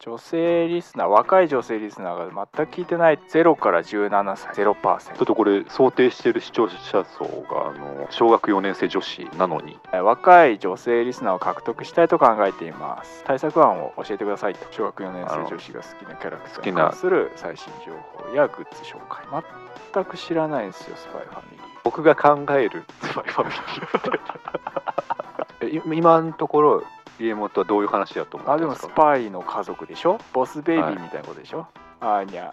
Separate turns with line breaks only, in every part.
女性リスナー若い女性リスナーが全く聞いてない0から17歳
ちょっとこれ想定してる視聴者層があの小学4年生女子なのに
0%若い女性リスナーを獲得したいと考えています対策案を教えてくださいと小学4年生女子が好きなキャラクターに関する最新情報やグッズ紹介全く知らないんですよスパイファミリー
僕が考える スパイファミリー えい今のところ家元はどういう話だと思
あ
って
で
ま
も
す
ス
か
パイの家族でしょボスベイビ
はい
ーみたいなことでしょ、アーニャ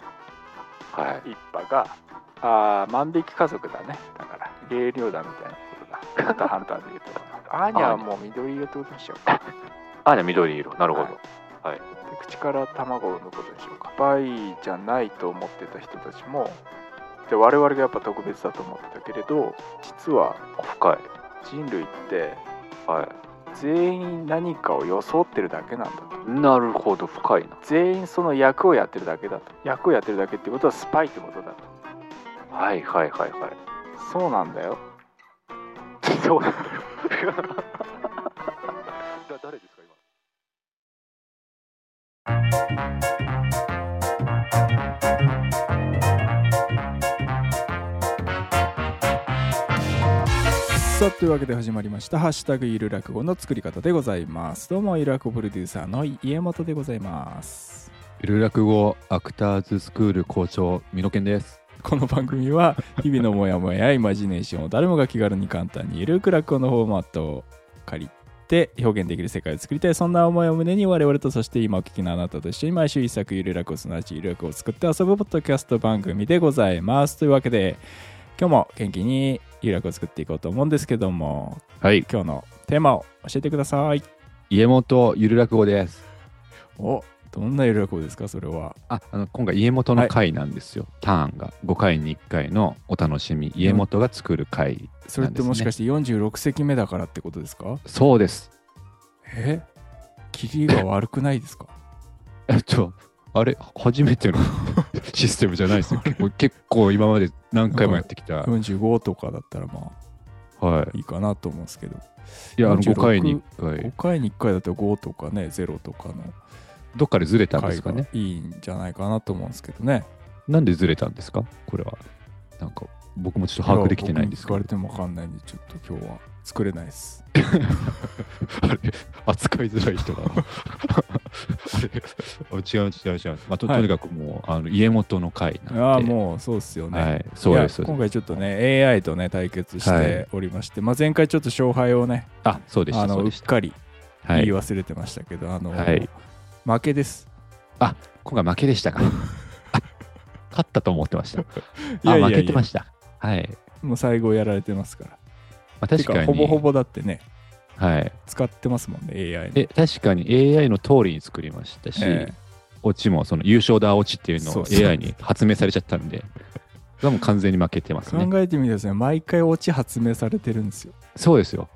はい
一派があー万引き家族だねだから霊領だみたいなことだハンターハンターで言うとアーニャはもう緑色ってことにしようか
あね緑色なるほど、
はいで口から卵を産むことにしようかスパイじゃないと思ってた人たちもで我々がやっぱ特別だと思ってたけれど実は
深い
人類って
は
全員何かを装ってるだけなんだと
いなるほど深いな
全員その役をやってるだけだと役をやってるだけってことはスパイってことだと
はいはいはい はい
そうなんだよ
そう 誰ですか今
さあというわけで始まりました「ハッシュタグゆる落語」の作り方でございますどうもゆる落語プロデューサーの家元でございます
ゆる落語アクターズスクール校長美濃健です。
この番組は日々のモヤモヤやイマジネーションを誰もが気軽に簡単にゆるく落語のフォーマットを借りて表現できる世界を作りたいそんな思いを胸に我々とそして今お聞きのあなたと一緒に毎週一作ゆる落語すなわちゆる落語を作って遊ぶポッドキャスト番組でございますというわけで今日も元気にゆる落語を作っていこうと思うんですけども
はい。
今日のテーマを教えてください
家元ゆる落語です。
おどんなゆる落語ですかそれは
あ、あの今回家元の回なんですよ。ターンが5回に1回のお楽しみ家元が作る回、
それってもしかして46席目だからってことですか
そうです。
え切りが悪くないですか
えっとあれ初め てのシステムじゃないですよ。結構結構今まで何回もやってきた。
45とかだったらまあ
はい
いかなと思うんですけど
い。いやあの
46
5回に1
5
回
回に1回だと5とかね0とかの
どっかでずれたんで
回
すか
が
ね。
いいんじゃないかなと思うんですけどね
なんでずれたんですかこれは。なんか僕もちょっと把握できてないんですけ
いや
ど
僕に聞かれても分かんないんでちょっと今日は作れないです
あれ 扱いづらい人が。あれ あ違う違う違う。まあ、と
はい
とにかくもう、あの家元の会なんで。
ああもうそうっすよね、
はい、そうです。そ
いうや
です
今回ちょっとね AI とね対決しておりまして、まあ、前回ちょっと勝敗をね
あ、そうでし
あ
た。そ
の
う
う
で
っ
した。
かり
は
言い
い。
忘れてましたけど、あの、
はい
負けです。
今回負け でしたか。あ勝ったと思ってました。
いやいや
あ、
いや
負けてました。はい。
もう最後やられてますから。
まあ、
て
確かに。
ほぼほぼだってね、
はい。
使ってますもんね、AI に。
で、確かに AI の通りに作りましたし、
ええ
オチもその優勝だオチっていうの
そ
を
うそう
AI に発明されちゃったんで、それはもう完全に負けてますね。
考えてみてください、毎回オチ発明されてるんですよ。
そうですよ。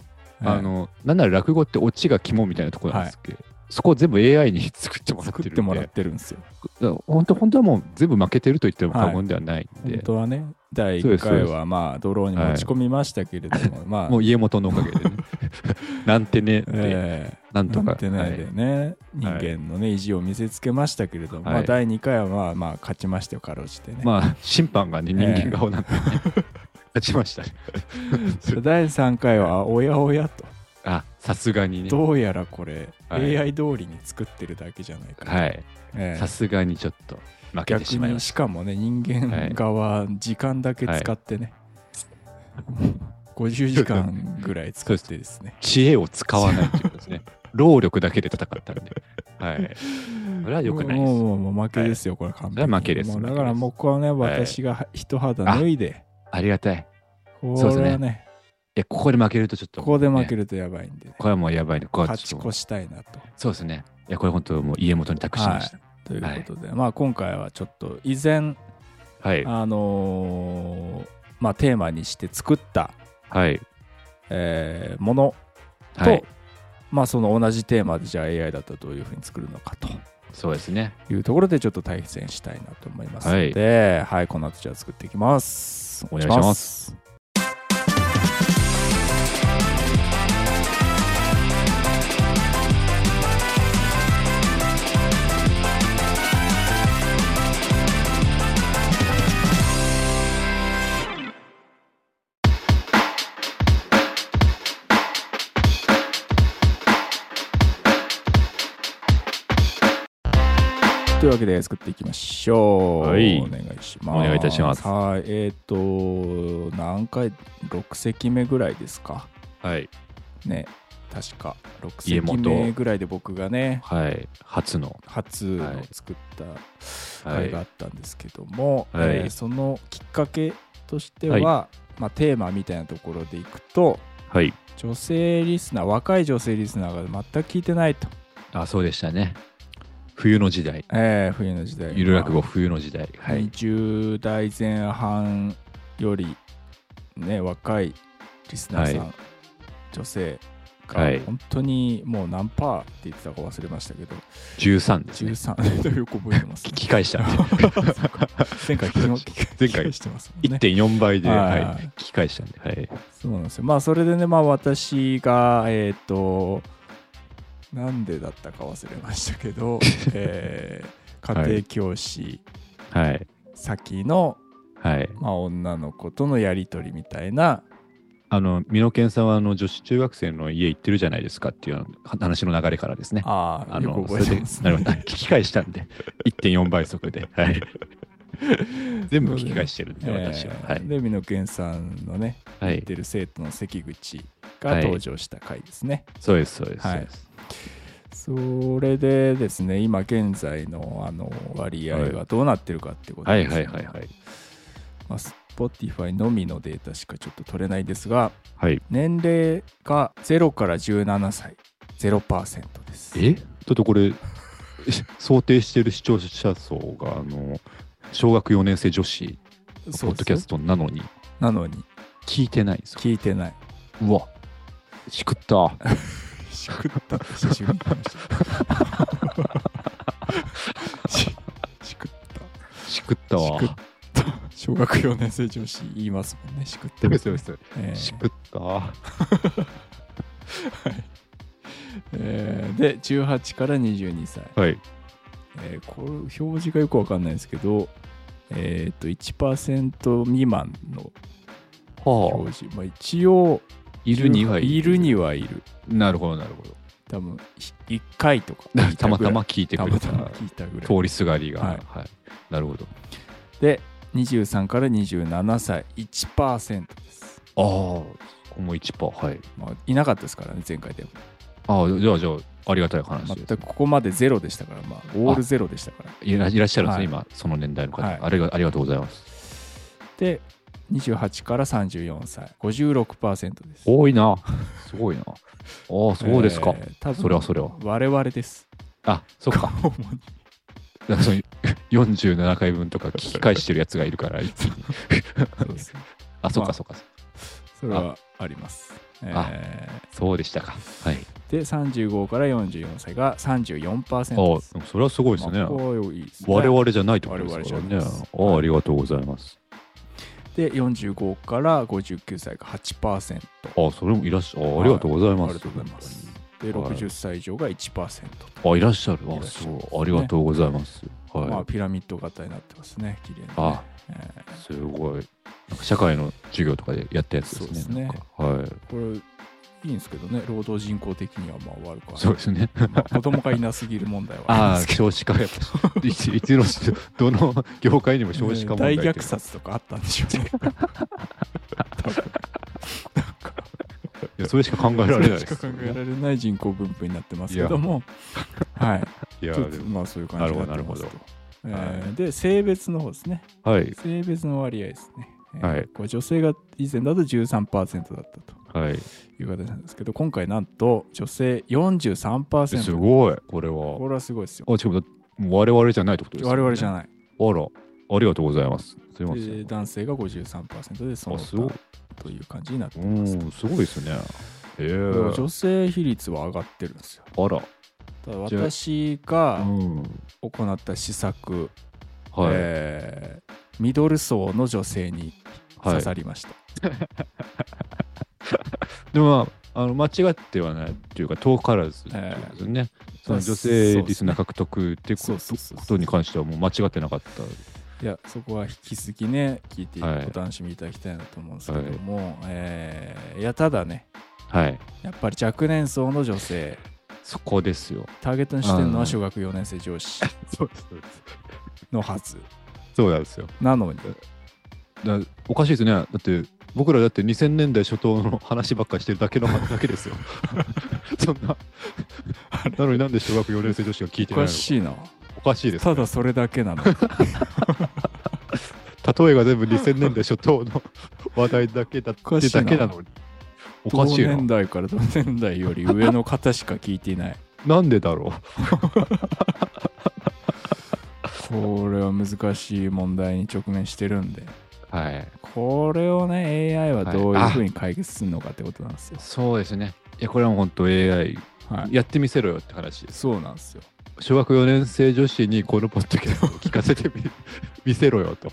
あ
え
の、なんなら落語ってオチが肝みたいなところなんですけど、そこを全部 AI に 作って
え
もらっ
作
てるん
っ
で。
てもらってるんですよ。
だから本当、本当はもう全部負けてると言っても過言ではないんで、
本当はね、第
そう
1
ですそう
回
です
はまあ、ドローに持ち込みましたけれども、まあ、
もう家元のおかげで ね。なんてね、って
ええ
なんと
な
か。
んてないで
はい
ね、
はい
人間のね、意地を見せつけましたけれども、
はい
まあ、第2回はまあまあ、勝ちましたよ、かろうじてね。
まあ、審判がね、人間顔なんで、ね、勝ちましたね。
第3回は、おやおやと。
あ、さすがにね。
どうやらこれ、
はい
AI 通りに作ってるだけじゃないかな、
はい。
ええ
さすがにちょっと負け
逆
てしまいま
に
し
しかもね人間側時間だけ使って ね、50時間ぐらい使ってですね
た。知恵を使わないということです ね。労力だけで戦ったんで。はい。 それは良くない
も
で
う
す。
もうもうもう負けですよ、これ完
そ
璧
れ
に
は負けです
もう
負け
だ
です
からもうこれはね
はい
私が一肌脱いで、
ありがたい。
これは
そうで
ね
すいや、ここで負けるとちょっと、
ここで負
る。
けるとやばいんでね、
これはもうやばいね。ここは
勝
ち
ち
ょっと
越したいなと。
そうですね。いや、これ本当もう家元に託しました。
ということで、まあ今回はちょっと以前
はい。
あのーまあテーマにして作った、
はい。
えーものと、
はい。
まあその同じテーマでじゃあ AI だったらどういうふうに作るのかと
そうですね。
いうところでちょっと対戦したいなと思いますので、はい、この後じゃあ作っていきます。。
お願いします
というわけで作っていきましょう。
はい
お願いします。
お願いいたします
はい。えっ、と、何回、6席目ぐらいですか。
はい。
ね。確か、6
家
席
元
目ぐらいで僕がね、
はい。初の。
初の作った回があったんですけども、
はいはい
えーそのきっかけとしては、
はい
まあ、テーマみたいなところでいくと、
はい。
女性リスナー、若い女性リスナーが全く聞いてないと。
あ、そうでしたね。冬の時代。
えー冬の時代。
ゆる落語冬の時代。はい。
20代前半より、ね、若いリスナーさん、
は
女性
は
が
い
本当にもう何パーって言ってたか忘れましたけど、
13ですね。
13よく覚えてます、ね。
聞、き返した
そうか 前回聞きま 聞
前回
き返してますもんね
1.4倍で、
はい
はい聞き返したんで。はい。
そうなんですよまあそれでねまあ私がえっ、となんでだったか忘れましたけ ど、えー家庭教師
はい。
先の、
はい。
まあ、女の子とのやり取りみたいな
あの、美濃健さんは、あの、女子中学生の家行ってるじゃないですかっていう話の流れからですね。
ああ、
あ
よ
の
く、覚えてます、
それでなるほど。聞 き返したんで、1.4倍速で。はい。全部聞き返してるんで、
えー
私は。はい。
で、美濃健さんのね、
は
言っ
い。
てる生徒の関口が登場した回ですね。
そうです、そうです。
はい
そうです
それでですね、今現在のあの割合がどうなってるかってこと
はい
です、ね
はいはいはい。
まあ、Spotify のみのデータしかちょっと取れないですが、
はい。
年齢が0から17歳、0%です。
えだってこれ、 想定してる視聴者層が、あの、小学4年生女子、ポ
そう
ッ
で
ド
す
キ
よ
ャストなのに、
なのに、
聞いてないんですよ。
聞いてない。
うわ、しくった。
しくった。久しぶりに聞きました。ししくった。
しくったわ
し。くった小学4年生女子言いますもんね、しくった。
そうです。
えー
しくった。
えーで、18から22歳。
はい。
えーこれ、表示がよくわかんないですけど、えっと、1%未満の
は
表示。まあ、一応、
あ、いるにはい
るにはいる。
なるほど、なるほど。。
多分、1回とか
たまたま聞いて
た
く
ま
れ
た
た
ま聞いたぐらい。
通りすがりが。
は
はいい。なるほど。
で、23から27歳、1%です。
ああ、ここも1%。はい。
まあ、いなかったですからね、前回でも。
ああ、じゃあ、じゃあ、ありがたい話
全
です。
くここまでゼロでしたから、まあ、オールゼロでしたから。
いらいらっしゃるんです
はい
ね、今、その年代の方、
はい
ありが。ありがとうございます。
で、28から34歳、56%です。
多いな。すごいな。ああ、そうですか。
えー多分
それはそれは。
我々です。
あ、そっか。
主に
だからその47回分とか聞き返してるやつがいるから、一気に
そうですね。
あ、そっ
まあ
かそっか。
それはあります。え
そうでしたか。はい。
ーで、35から44歳が34%
あ
です。
あ、それはすごいですね
まあ。これいいですね
我々じゃないってことですから
我々じゃない
ね。
です
ああ、ありがとうございます。
で45から59歳が8%
ああ、それもいらっしゃあありがとうござい
あ
ます。
りがとうございますで
はい
60歳以上が1%と、
あ、いらっしゃる。
いら
あ、
っしゃ
そ
る
う。ありがとうございます。
まあ
は
ピラミッド型になってますね綺麗にね
あ
え
い。すごい。なんか社会の授業とかでやったやつ
そうで
ですす
ね
ね。なんかはい。
ーこれいいんですけどね労働人口的にはまあ悪くはない
そうですね。
まあ子供がいなすぎる問題は
あ
りま
あ、
すけ
少子化やっぱいついつの時どの業界にも
ど
少子化問題
大
って
虐殺とかあったんでしょう ね
いやそれしか考えられないで
そし
す
か
よ
考
ね、
えられない人口分布になってますけどもはい
いや
ちょっ
で
と
も
まあそういう感じになってます
な
と
るほど
え
なるほど
ーで性別の方ですね
はい
性別の割合ですね。えー
はい
これ女性が以前だと13%だったと
はい
いう形なんですけど、今回なんと女性43%。
すごいこれ
こ
は
れはすごいですよ。
あしかもだもう我々じゃないってことですよ
我
ね
々じゃない。
あらありがとうございますすいませ
で
ん
男性が53%でその
あすごい
他という感じになって
う
ますと。
んすごいですねへえ
だから女性比率は上がってるんですよ。
あら
ただ
じゃあ
私
う
が
ん
行った施策、
はい、
えーミドル層の女性に刺さりました。
でも、まあ、あの間違ってはないっていうか遠からずっていうことですよね、その女性リスナー獲得っていうこ
そう
と
そうそう
ことに関してはもう間違ってなかった
いやそこは引き続きね聞いて
はい
お楽しみいただきたいなと思うんですけども、えーいやただね
はい
やっぱり若年層の女性
そこですよ。
ターゲットにしてるの
う
は
ん
小学4年生上司
そうですそうです。
のはず。
そうなんですよ。
なのに。
だおかしいですね。だって僕らだって2000年代初頭の話ばっかりしてるだけのだけですよ。 そんな。なのになんで小学4年生女子が聞いて
お
ない
か
のか
しいな。
おかしいです
た
ね、
だそれだけなの。
例えが全部2000年代初頭の話題だけだっ
おか
て
しいな
だけなのに。お
同
かしいな。
年代から同年代より上の方しか聞いていない。
なんでだろ
これは難しい問題に直面してるんで。
う。はい。
これをね、AI はどういう
はい
ふうに解決するのかってことなんですよ。
そうですね。いや、これはもう本当 AI
はい。
やってみせろよって話です。
そうなんですよ。
小学4年生女子にこのポッドキャストを聞かせてみ見せろよと。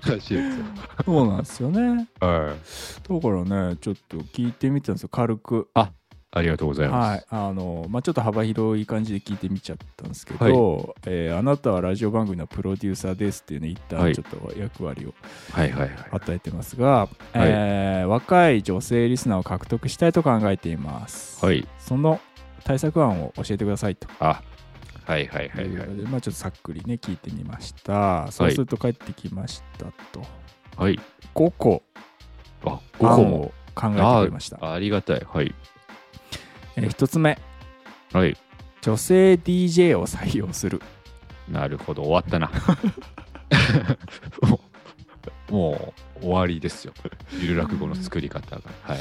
話ですよ。
そうなんですよね。
はい。
だからね、ちょっと聞いてみたんですよ、軽く。
ありがとうございます。
はい、あの、まあ、ちょっと幅広い感じで聞いてみちゃったんですけど、
はい
えーあなたはラジオ番組のプロデューサーですっていうね、一
は
旦
い
ちょっと役割を
はい、はい、はい
与えてますが、えー若い女性リスナーを獲得したいと考えています。
はい。
その対策案を教えてくださいと
あ、はいはいはいいうは
こ
い
と。で、まあ、ちょっとさっくりね、聞いてみました。そうすると帰ってきましたと。
はい。
5個
あ、5個
案
も。
を考えてくれました。
あありがたい。はい。
え1つ目、
はい。
女性 DJ を採用する。
なるほど。終わっ たな。もう、もう終わりですよ。ゆる落語の作り方が。はい。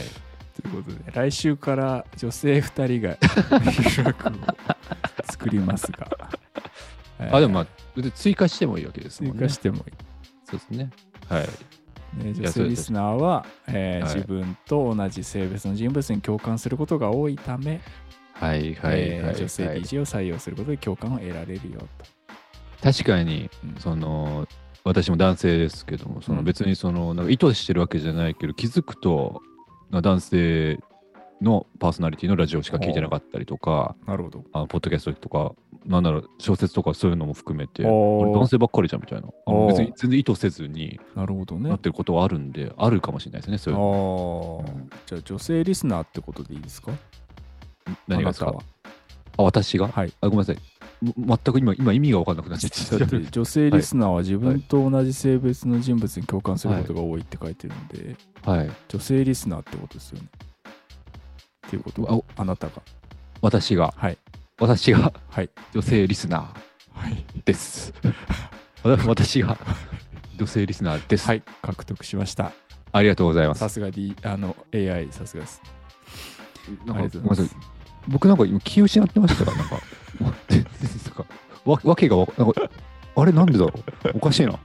ということで来週から女性2人が 留学を作りますが、えー
あ、でもまあ、で追加してもいいわけです
追
もん
加
ね。
してもい
そうですね。はい。
い、ね、
い
女
や
性リスナーは、えー
はい
自分と同じ性別の人物に共感することが多いため、
はいはい
えー
はい、
女性
はい
DJ を採用することで共感を得られるよと。
確かに、
うん
その、私も男性ですけども、そうの
ん
別にその、なんか意図してるわけじゃないけど、気づくと、な男性のパーソナリティのラジオしか聞いてなかったりとか、
なるほど。
あのポッドキャストとか、なんなら小説とかそういうのも含めて、
おー
俺男性ばっかりじゃんみたいな。あの
おー
別に全然意図せずに
なるほどね。
な
あ
ってることはあるんで、あるかもしれないですね、そういうの。
ーじゃあ女性リスナーってことでいいですか
何がです
あ
か
なたは
あ、私が
はい。
あ、ごめんなさい。む全く今、今意味が分かんなくなっちゃ
だ
っ
って
て。
女性リスナーは自分と同じ性別の人物に共感することが多いって書いてるんで、
はい。
女性リスナーってことですよね。っていうこと
あ
は
お、
あなたが。
私が、
はい。
私が
はい。
女性リスナー。
はい。
です。わ私が女性リスナーです。
はい、獲得しました。
ありがとうございます。
さすが D、あの、AI、さすがです。ありがとうござ
なんかごめんないさい。僕なんか今気を失ってましたから、なんか。 全然なんかわわけがわかなんかあれなんでだろうおかしいな。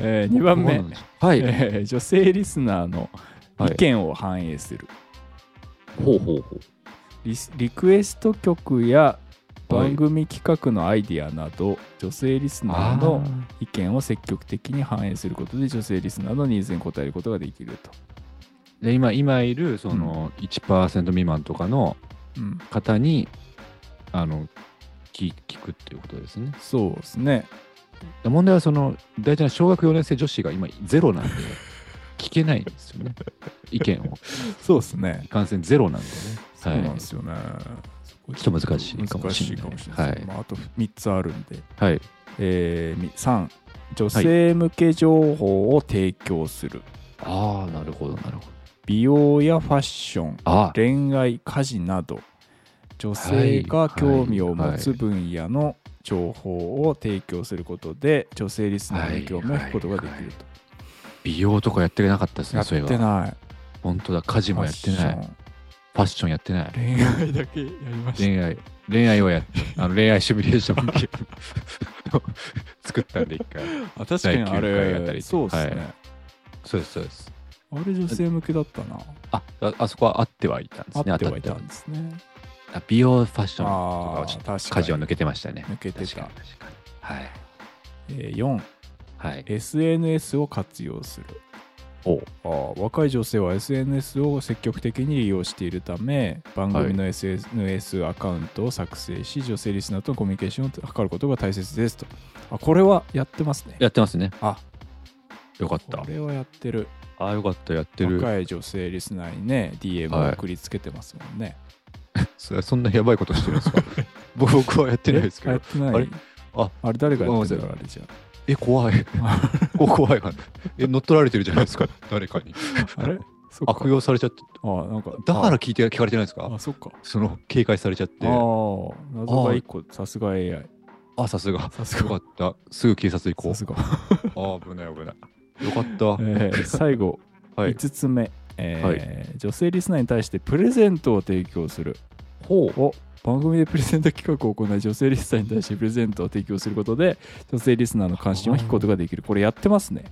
えー、2番目、
はい。
えー女性リスナーの意見を反映する。
ほうほうほう。
リスリクエスト曲や
はい
番組企画のアイディアなど、女性リスナーの意見を積極的に反映することで女性リスナーのニーズに応えることができると。
で今今いるその1%未満とかの
うん、
方にあの聞聞くっていうことですね。
そうですね。
で問題はその大事な小学4年生女子が今ゼロなんで聞けないんですよね意見を
そうですね。
感染ゼロなんでね
そうなんですよね。そこ
ちょっと難しいかも
難し
し
い
れない
かもしれないですね。
は
ま
い
あ、あと3つあるんで、
はい、はい、
えー、3、女性向け情報を提供する。
ああなるほどなるほど
美容やファッション、
ああ
恋愛、家事など、女性が興味を持つ分野の情報を提供することで、女性リスナーに興味を引くことができると。
美容とかやってなかったです
や
ね
っ
そういえ
て
ば
ない。
本当だ家事もやってないフ
フ
ァッションやってない
ァッション。恋愛だけやりました。
恋愛恋愛はやっ あの恋愛シミュレーションゲーム作ったんで一回
あ確かにあ
第九回あたり
れ、
で
そうですね。
はいそうですそうです
あれ女性向けだったな。
あああそこはあってはいたんですね
あってはいた
当
んですね。
たっては美容ファッションとか
あ
は
あ
ちょっと
ー、確か
家
に
事は抜けてましたね。
抜けて
確か
た
に。確かに。はい。
えー4、
はい。
SNS を活用する。
おう
あー若い女性は SNS を積極的に利用しているため、番組の SNS アカウントを作成し、女性リスナーとのコミュニケーションを図ることが大切ですと。あ、これはやってますね。
やってますね。
あ、
よかっ
こ
た。
れはやってる。
ああ、よかった。やってる。
若い女性リスナーにね、DM を送りつけてますもんね。
そそんなやばいことしてるんですか 僕僕はやってないですけ
えや
ど
っ。てない
あれあ
あれ誰がやってるのあれじゃ
え、怖い。こ怖いから。え、乗っ取られてるじゃないですか。誰かに。
ああれそっか
悪用されちゃって。
あなんか
だからら聞いて聞かれてないですか
あそっか
その、警戒されちゃっ
あ
て
あ。謎が一個さすが AI
あ、さすが。
さす
よか
が
った。すぐ警察行こう
さ。すが、
あー危ない危ない。よかった。
えー最後
はい。
5つ目、えー
は
女性リスナーに対してプレゼントを提供する
ほう。
を番組でプレゼント企画を行い女性リスナーに対してプレゼントを提供することで女性リスナーの関心を引くことができるこれやってますね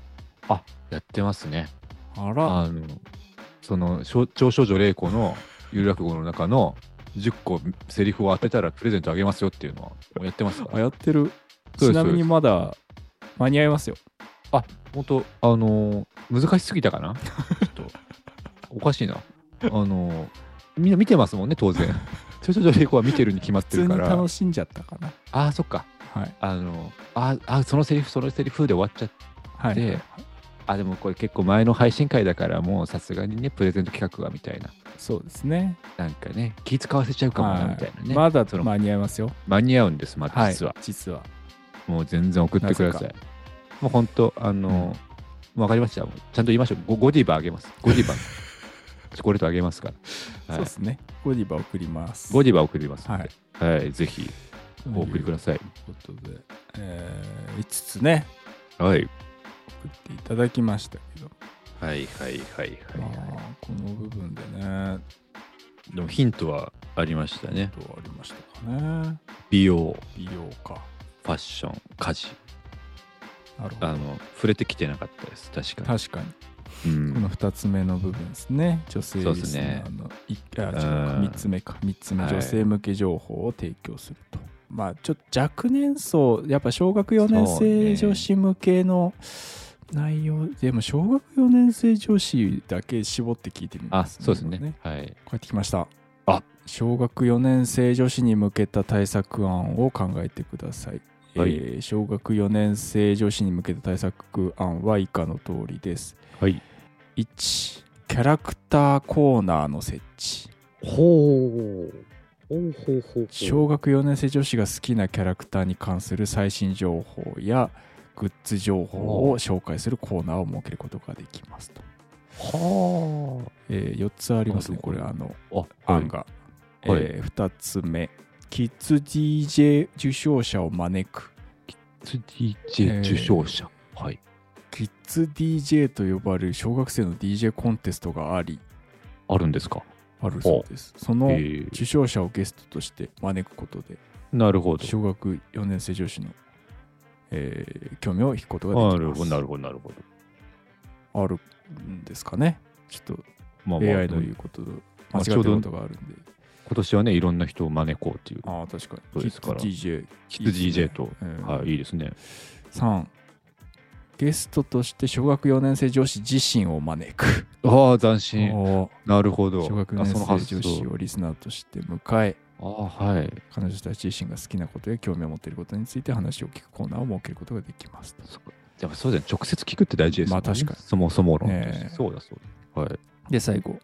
やってますね。
あら
あの、その、しょ長少女玲子の有楽語の中の10個セリフを当てたらプレゼントあげますよっていうのはもうやってますから
あやってる
そうです
ちなみ
そうで
に
す
まだ間に合いますよ
本当あのー難しすぎたかなちょっとおかしいなあのーみんな見てますもんね 当然長女玲子は見てるに決まって
普通
る
に
から
楽しんじゃったかな
ああそっか
はい
あのーあーあーそのセリフそのセリフで終わっちゃって
はい
であでもこれ結構前の配信会だからもうさすがにねプレゼント企画はみたいな
そうですね
なんかね気使わせちゃうかもなみたいなね、
まだ
その
間に合いますよ
間に合うんですまだ実は、
い、実は
もう全然送ってくだ
な
さ
ぜ
いもう本当あのーわかりましたもうちゃんと言いましょうゴゴディバあげますゴ ディバチョコレートあげますから、
そう
はい
で、すねゴディバ送ります
ゴ
デ
ディバ送りますの
はい
で、はいぜひ
ィ
お送りください。
ということで、えー、5つね
はい。
送っていただきましたけど、
はいはいはい
まあ、この部分でね
い。でもヒントはありましたね。
どうありましたかね
美容、
美容か
ファッション、家事。
なるほ
あ
ど
の、触れてきてなかったです。確か
確かに
に。う
この
ん、
2つ目の部分ですね女性リスナーのいあ違うか
うん
3つ目か3つ目
はい
女性向け情報を提供すると、まあちょっと若年層やっぱ小学4年生
そうね
女子向けの内容、でも小学4年生女子だけ絞って聞いてみま
あ、
す、
そうです
今
ね。はい。
帰ってきました
あ
小学4年生女子に向けた対策案を考えてください、
はい
えー小学4年生女子に向けた対策案は以下の通りです
はい。
1キャラクターコーナーの設置
ほう。ほうほうほう
小学4年生女子が好きなキャラクターに関する最新情報やグッズ情報を紹介するコーナーを設けることができますと、
は
え4つありますねこれあの
あ。あ、
案が、
はい
え2つ目キッズ DJ 受賞者を招く
DJ 受賞者。はい。
キッズ DJ と呼ばれる小学生の DJ コンテストがあり
あるんですか。
あるそうですそ
え
の
ー
受賞者をゲストとして招くことで
なるほど。
小学4年生女子の、えー興味を引くことが
な
でき
る
ま
ほど、
す
なるほど、なるほど。
あるんですかねちょっ
まあ
と
まあ、
AI の
で
言
も
うこと間違
まあ
って
ちょ
る
うど
ことがあるんで、
今年はね、いろんな人を招こうっていう。
ああ確かに
そう
キ
ですから
ッズ DJ
キッズ
いいですね
DJ と。
うん
はい、いいですね。
3ゲストとして小学4年生女子自身を招く
ああ、斬新。
おー
なるほど。
小学
あ
4
そ
年
の発
生
想
女子をリスナーとして迎え
ああ、はい。
彼女たち自身が好きなことや興味を持っていることについて話を聞くコーナーを設けることができますと
そっかやっぱそうだよね。直接聞くって大事ですよね。
まあ確かに
そもそも論と
ね
して。
え
そうだ、そうだ。はい。
で最後、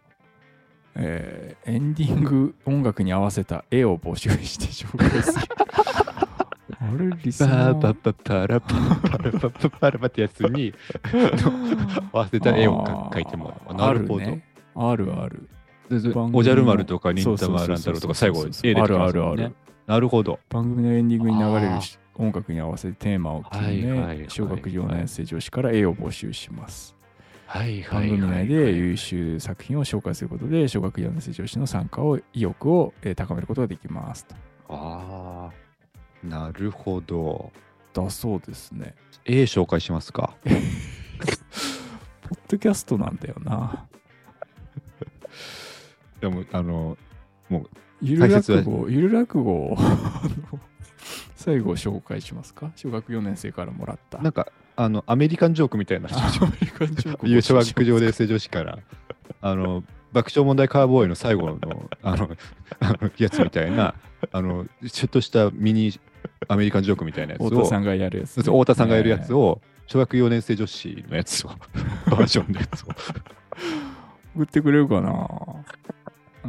えーエンディング音楽に合わせた絵を募集して紹介 するあれリスナ
パ
ー
パパパラパパラパパパラパってやつに合わせた絵をか
あー
描いてもらう。
あ
なる
る
ほど。
ねあるある
でで
番組の
おじゃる丸とか忍
そうそう
た
そうそう
ま乱太郎とか最後
そうそうそう
絵で描き
あ
ますもん
るあるあ
ね
る。
なるほど。
番組のエンディングに流れ
あ
る
ー
し音楽に合わせてテーマを決め、
はいはいはい
小学4年生女子から絵を募集します、
はい
番組内で優秀作品を紹介することで小学4年生女子の参加を意欲をえー高めることができますと
ああ、なるほど。
だそうですね
絵紹介しますか。
ポッドキャストなんだよな
でも、あの、
ゆる落語、ゆる落語をあの最後紹介しますか小学4年生からもらった。
なんか、あの、アメリカンジョークみたいな
あアメリカンジョーク
優勝は陸上で正女子から、あの、爆笑問題カーボーイの最後の、あの、あのやつみたいな、あの、ちょっとしたミニアメリカンジョークみたいなやつを、
太田さんがやるやつ、
そうそう太田さんがやるやつ
を。
を、小学4年生女子のやつを、バージョンのやつを、
送ってくれるかな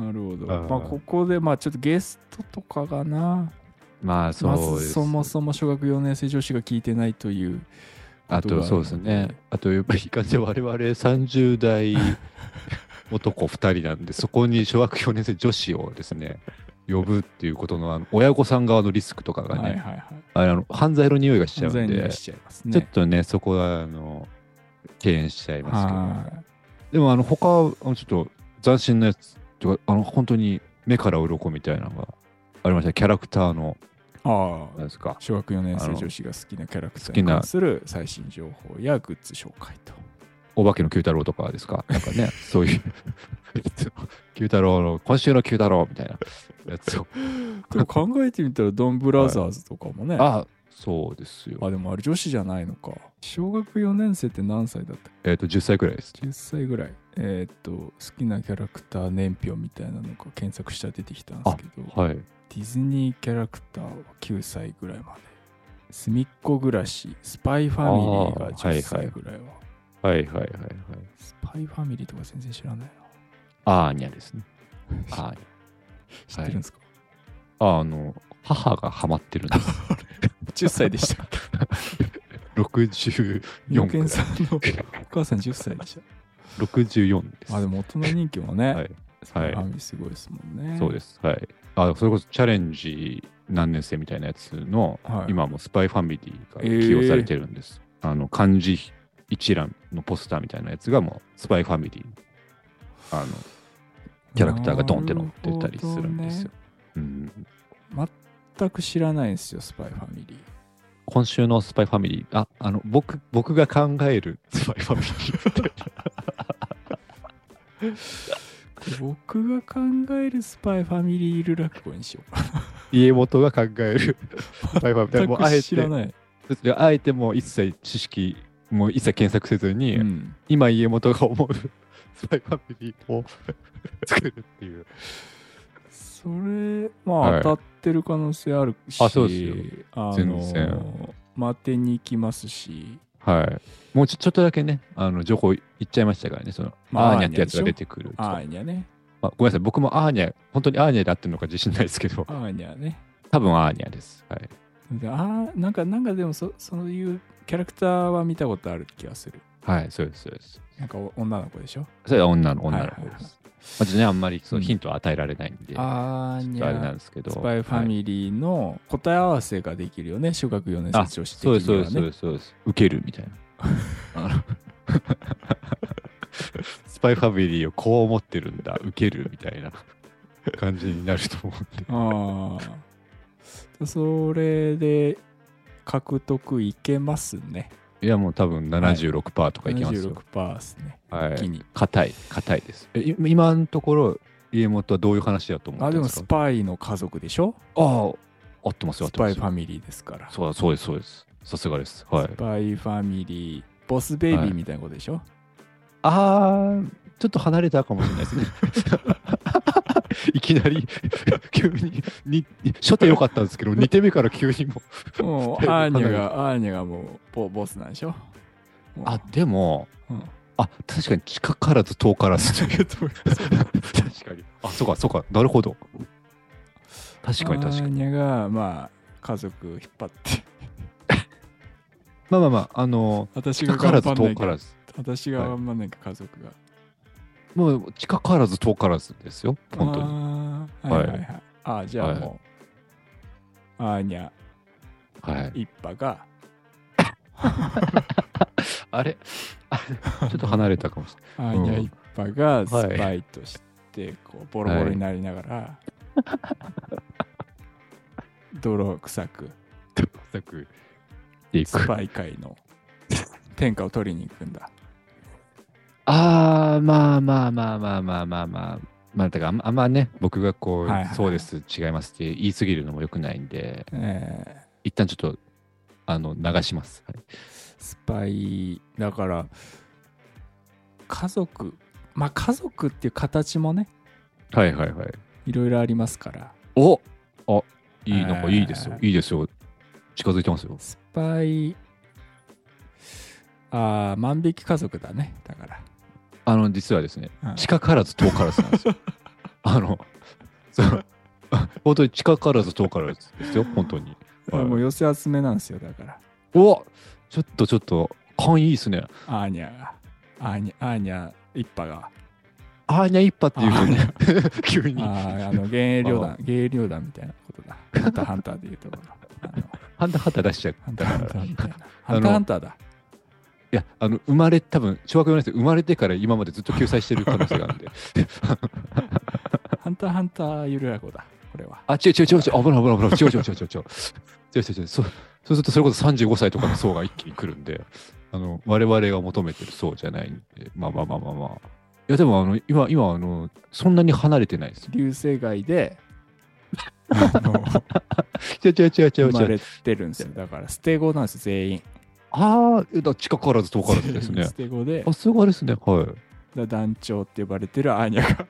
なるほど。
うん
まあ、ここで、まあ、ちょっとゲストとかがな、
まあそう
ま
です、
ずそもそも小学4年生女子が聞いてないという。
あとそうですね。あとやっぱりいかんせん我々30代男2人なんでそこに小学4年生女子をですね呼ぶっていうことのあの親御さん側のリスクとかがね、
はいはいはい。
あの犯罪の匂いがしち
犯
ゃう
罪
ん
に
で
はしちゃいます
ちょっ
ね。
とねそこはあの敬遠しちゃいますけど、
はい
でもあの他はあのちょっと斬新なやつとかあの本当に目から鱗みたいなのがありましたキャラクターの
あ
な
あ。
んですか
小学4年生女子が好きなキャラクター
好き
に
な
関する最新情報やグッズ紹介と。
お化けの九太郎とかですかなんかね そういう九太郎の今週の九太郎みたいなやつを
でも考えてみたら、ドンブラザーズとかもね。あ、
あそうですよ
でもあれ女子じゃないのか。小学4年生って何歳だったっ
えっ、と10歳くらいです
け ?10 歳ぐらい。えーっと、好きなキャラクター年表みたいなのが検索したら出てきたんですけど。
はい
ディズニーキャラクターは9歳ぐらいまで。すみっこ暮らし、スパイファミリーが
あーはいは
10
い
歳ぐらいは。
はいはいはいはい
スパイファミリーとか全然知らない
アーニャですねアーニャ
な。知ってるんですか、
ああの母がハマってるんです
?10 歳で したっけ
64
妙見さんのお母さん10歳でし
64です
た。あ、でも大人人気もね、
はい
スパイファミリーすごいですもんね。。
そうですす。はい。あ、それこそチャレンジ何年生みたいなやつの、
はい
今もスパイファミリーが起用されてるんです。あの漢字一覧のポスターみたいなやつがもうスパイファミリーのあのキャラクターがドンって乗ってたりするんですよ。うん、
全く知らないんですよ、スパイファミリー。
今週のスパイファミリー、あ、あの僕僕が考えるスパイファミリーって。
僕が考えるスパイファミリーいる落語にしようか
家元が考 えるスパイファミリー。もう
な。
あ
全
え
く知ら
て、
ない。
あえてもう一切知識、もう一切検索せずに、
うん
今家元が思うスパイファミリーを作るっていう
それまあ、
はい
当たってる可能性あるし
あそうですよ
あの
全然
当てに行きますし
はいもうちょちょっとだけねあの情報言っちゃいましたからねその、
まあ
アーニャってやつ
アー
が
ニャでしょ
出てくると
アーニャね
まあごめんなさい僕もアーニャ本当にアーニャで合ってるのか自信ないですけど
アーニャね
多分アーニャですはい
であーなんかなんかでもそそういうキャラクターは見たことある気がする
はいそうですそうです
なんかお女の子でしょ
それは女の
はい
女
はい
の
はい
子です、まあちょっとねあんまりそうの
ん
ヒントは与えられないんで、
アー
ちょっ
ニ
とあれなん
ャ
ですけど
スパイファ
リー
ミリーの答え合わせができるよね、小学4年生女子的
そうですそう
に
で
は
すそう
ね
ですそうです受けるみたいなあ のスパイファミリーをこう思ってるんだ受けるみたいな感じになると思うんで
ああそれで獲得いけますね
いやもう多分76%とかいきますよ
76%ですね、
はい
一気に
硬、い硬いですえい今のところ家元はどういう話だと思
あ
って
で
ま
も
す
ス
か
パイの家族でしょ
ああ合ってますよ
ス
合ってま
パ
す
イファ
ミ
ミリーですから、
そうだそうですそうですさすがですはい
スパイファミリーボスベイビーみたいなことでしょ、
あー、ちょっと離れたかもしれないですね。 いきなり、 急にに、初手良かったんですけど、2手目から急にもう。
もうアーニャがアーニャがもうボボスなんでしょもう
あ、でも、
うん
あ、確かに近からず遠からずという。 確かに。あ、そうか、そうか、なるほど。確かに確
ア
か
ー
に。
ニャがまあ家族引っ張って
まあまあまあ、あの、
私
近
が
から
頑
ず
張んな
遠
い
か
からら
ず。
私が頑張んないから家族が、
もう近からず遠からずですよ、本当に。
あーはいはいはい、あじゃあもう、アーニャ
はい。
一派が
あれちょっと離れ たかもしれな
ア
い。
ーニャ一派がス
はい
パイとしてこうボロボロになりながら泥臭く
全く。いく
ス。パイ界の天下を取りに行くんだ。
ああ、まあまあまあまあまあまあまあ。まあ、だからあんまあんまね、僕がこう、
はいはい
そうです、違いますって言い過ぎるのも良くないんで、
え
一旦ちょっと、あの、流します。はい
ースパイだから家族まあ家族っていう形もね
はいはいはい。
いろいろありますから
おあ、いい、なん
え
か
ー
いいですよ。いいですよ。近づいてますよ。
スパイあー万引き家族だねだから
あの、実はですね、
うん
近からず遠からずなんですよ。あの、その 本当に近からず遠からずですよ、本当に。はい
もう寄せ集めなんですよ、だから。
うわちょっとちょっと、勘いいっすね。
アーニャが、アーニャ、アーニャ一派が、
あーにゃ一派っていうふうに
あ、
急に、ハ
あーあの、幻影旅 団、幻影旅団みたいなことだ。ハンターハンターで言うところのあの
ンターハンター出しちゃっ
ハンタ
た
ーハン
か
タ
ら。
ー
い
みたいな。ハンターハンターだ。
や、あの、生まれ、多分小学4年生、生まれてから今までずっと救済してる可能性があるんで。
ハンターハンターゆるやこだ、これは。
あ、違う違う違う違う、危ない危ない危ない、違う違う違う違う違う。違う違う違う、そうそうするとそれこそ35歳とかの層が一気に来るんで、あの、我々が求めてる層じゃないんで、まあまあまあまあまあ。いや、でもあの、今、今、あの、そんなに離れてないです。
流星街で、あの
違う違う違う違
生ま
う違う。
れてるんですよ。だから、捨て子なんですよ、全員。
ああ、だ近からず遠から ず ですね
捨。て子で
あ、、すごいですね。はい。
だ団長って呼ばれてるアーニャが。